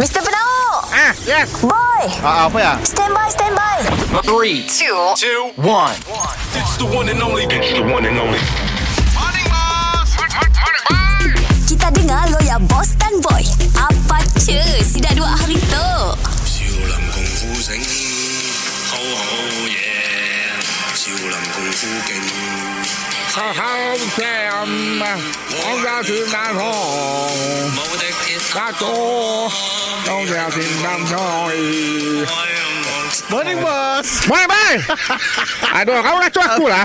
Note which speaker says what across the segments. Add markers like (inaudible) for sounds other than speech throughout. Speaker 1: Mr. Penau.
Speaker 2: Ah, yes.
Speaker 1: Boy.
Speaker 2: Ah, apa ya?
Speaker 1: Stand by, stand by.
Speaker 3: Three,
Speaker 1: Two.
Speaker 3: two, one.
Speaker 4: It's the one and only. It's the one and only.
Speaker 1: Kita dengar lo ya boss dan boy. Apa cuy? Sudah dua hari tu.
Speaker 5: 少林功夫醒，好好嘢。少林功夫勁，
Speaker 6: 好好正啊！我家是南方，
Speaker 5: 冇敵鐵
Speaker 6: 那多都是平南菜。
Speaker 5: 打香港。
Speaker 2: Morning, boss. (laughs)
Speaker 6: Bye bye. Aduh, kau racun aku lah.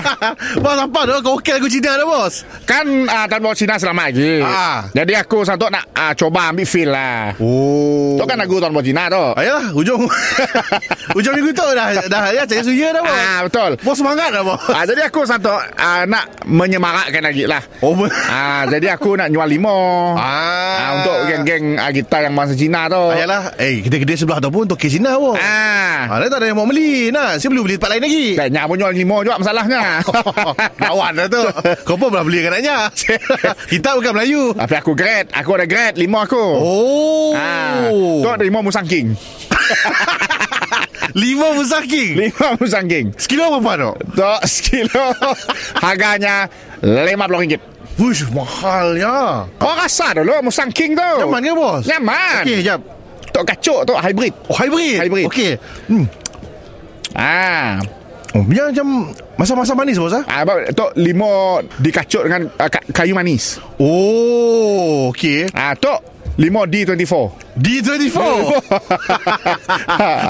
Speaker 2: Boss, apa dah? Kau okey lagu Cina dah, boss?
Speaker 6: Kan uh, Tan Bawa Cina selama lagi.
Speaker 2: Ah.
Speaker 6: Jadi aku satu nak uh, coba ambil feel lah.
Speaker 2: Oh.
Speaker 6: Tu kan lagu Tan Bawa Cina tu.
Speaker 2: Ayalah, hujung (laughs) hujung minggu tu dah dah ya cari suya dah, boss.
Speaker 6: Ah, betul.
Speaker 2: Bos semangat dah, boss.
Speaker 6: Ah, jadi aku satu ah, nak menyemarakkan lagi lah.
Speaker 2: Oh, ber-
Speaker 6: Ah, jadi aku nak nyual limo.
Speaker 2: Ah.
Speaker 6: Ah, untuk geng-geng ah, kita yang masa Cina tu.
Speaker 2: Ayalah, eh kita kedai sebelah tu pun toke Cina, boss.
Speaker 6: Ah.
Speaker 2: Ah, dah tak ada yang mau beli. Nah, saya perlu beli tempat lain
Speaker 6: (laughs)
Speaker 2: lagi.
Speaker 6: Kayaknya aku nyual limo juga
Speaker 2: (laughs)
Speaker 6: masalahnya.
Speaker 2: Lawan dah tu. (laughs) Kau pun pernah beli kanaknya. (laughs) kita bukan Melayu.
Speaker 6: Tapi aku grad. Aku ada grad limo aku.
Speaker 2: Oh.
Speaker 6: Ah, tu ada limo musang king. (laughs)
Speaker 2: Lima musaking.
Speaker 6: Limo musang king.
Speaker 2: Sekilo berapa tu?
Speaker 6: Tu sekilo (laughs) harganya RM50.
Speaker 2: Wush, mahal ya.
Speaker 6: Kau rasa dulu musang king tu.
Speaker 2: Nyaman ke bos?
Speaker 6: Nyaman.
Speaker 2: Okey, jap.
Speaker 6: Tok kacuk tu hybrid.
Speaker 2: Oh, hybrid.
Speaker 6: Hybrid.
Speaker 2: Okey. Hmm.
Speaker 6: Ah.
Speaker 2: Oh, dia macam masa-masa manis bos ah.
Speaker 6: Ah, apa tu limo dikacuk dengan uh, ka- kayu manis.
Speaker 2: Oh, okey.
Speaker 6: Ah, tu limo D24.
Speaker 2: D24.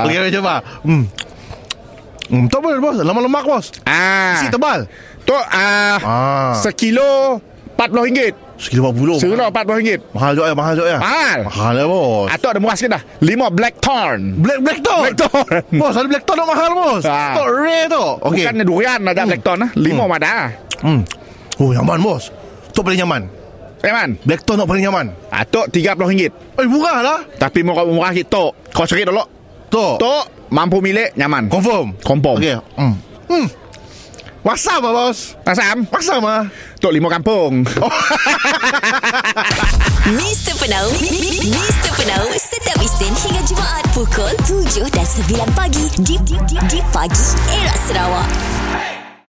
Speaker 2: okey, mari coba. Hmm. Hmm, tak boleh bos. Lama lemak bos.
Speaker 6: (laughs) Ah.
Speaker 2: Si tebal.
Speaker 6: Tu ah,
Speaker 2: Ah. Oh,
Speaker 6: sekilo RM40.
Speaker 2: Sekilo 40.
Speaker 6: Sekilo RM40.
Speaker 2: Mahal juga ya, mahal juga ya.
Speaker 6: Mahal.
Speaker 2: Mahal ya bos.
Speaker 6: Atau Ah, ada murah sikit dah. Limo Black Thorn.
Speaker 2: Black Black Thorn.
Speaker 6: Black Thorn.
Speaker 2: (laughs) Bos, ada Black Thorn yang mahal bos.
Speaker 6: Ah.
Speaker 2: Tok rare tu. Okey.
Speaker 6: Bukan durian ada Black Thorn lah. Limo hmm. ada.
Speaker 2: Hmm. Oh, nyaman bos. Tok paling nyaman.
Speaker 6: Eh man. Ah,
Speaker 2: Black Thorn tok paling nyaman.
Speaker 6: Atok RM30.
Speaker 2: Eh, murah lah.
Speaker 6: Tapi murah-murah sikit tok. Kau cari dulu.
Speaker 2: Tok.
Speaker 6: Tok mampu milik nyaman.
Speaker 2: Confirm.
Speaker 6: Confirm.
Speaker 2: Okey. Hmm. Hmm. Wasam ah bos.
Speaker 6: Asam.
Speaker 2: Wasam ah.
Speaker 6: Tok limo kampung.
Speaker 1: Mr. Penau. Mi- mi- mi- Mr. Penau. Setiap Isnin hingga Jumaat pukul 7 dan 9 pagi. Di, di, di, di pagi. Era Sarawak.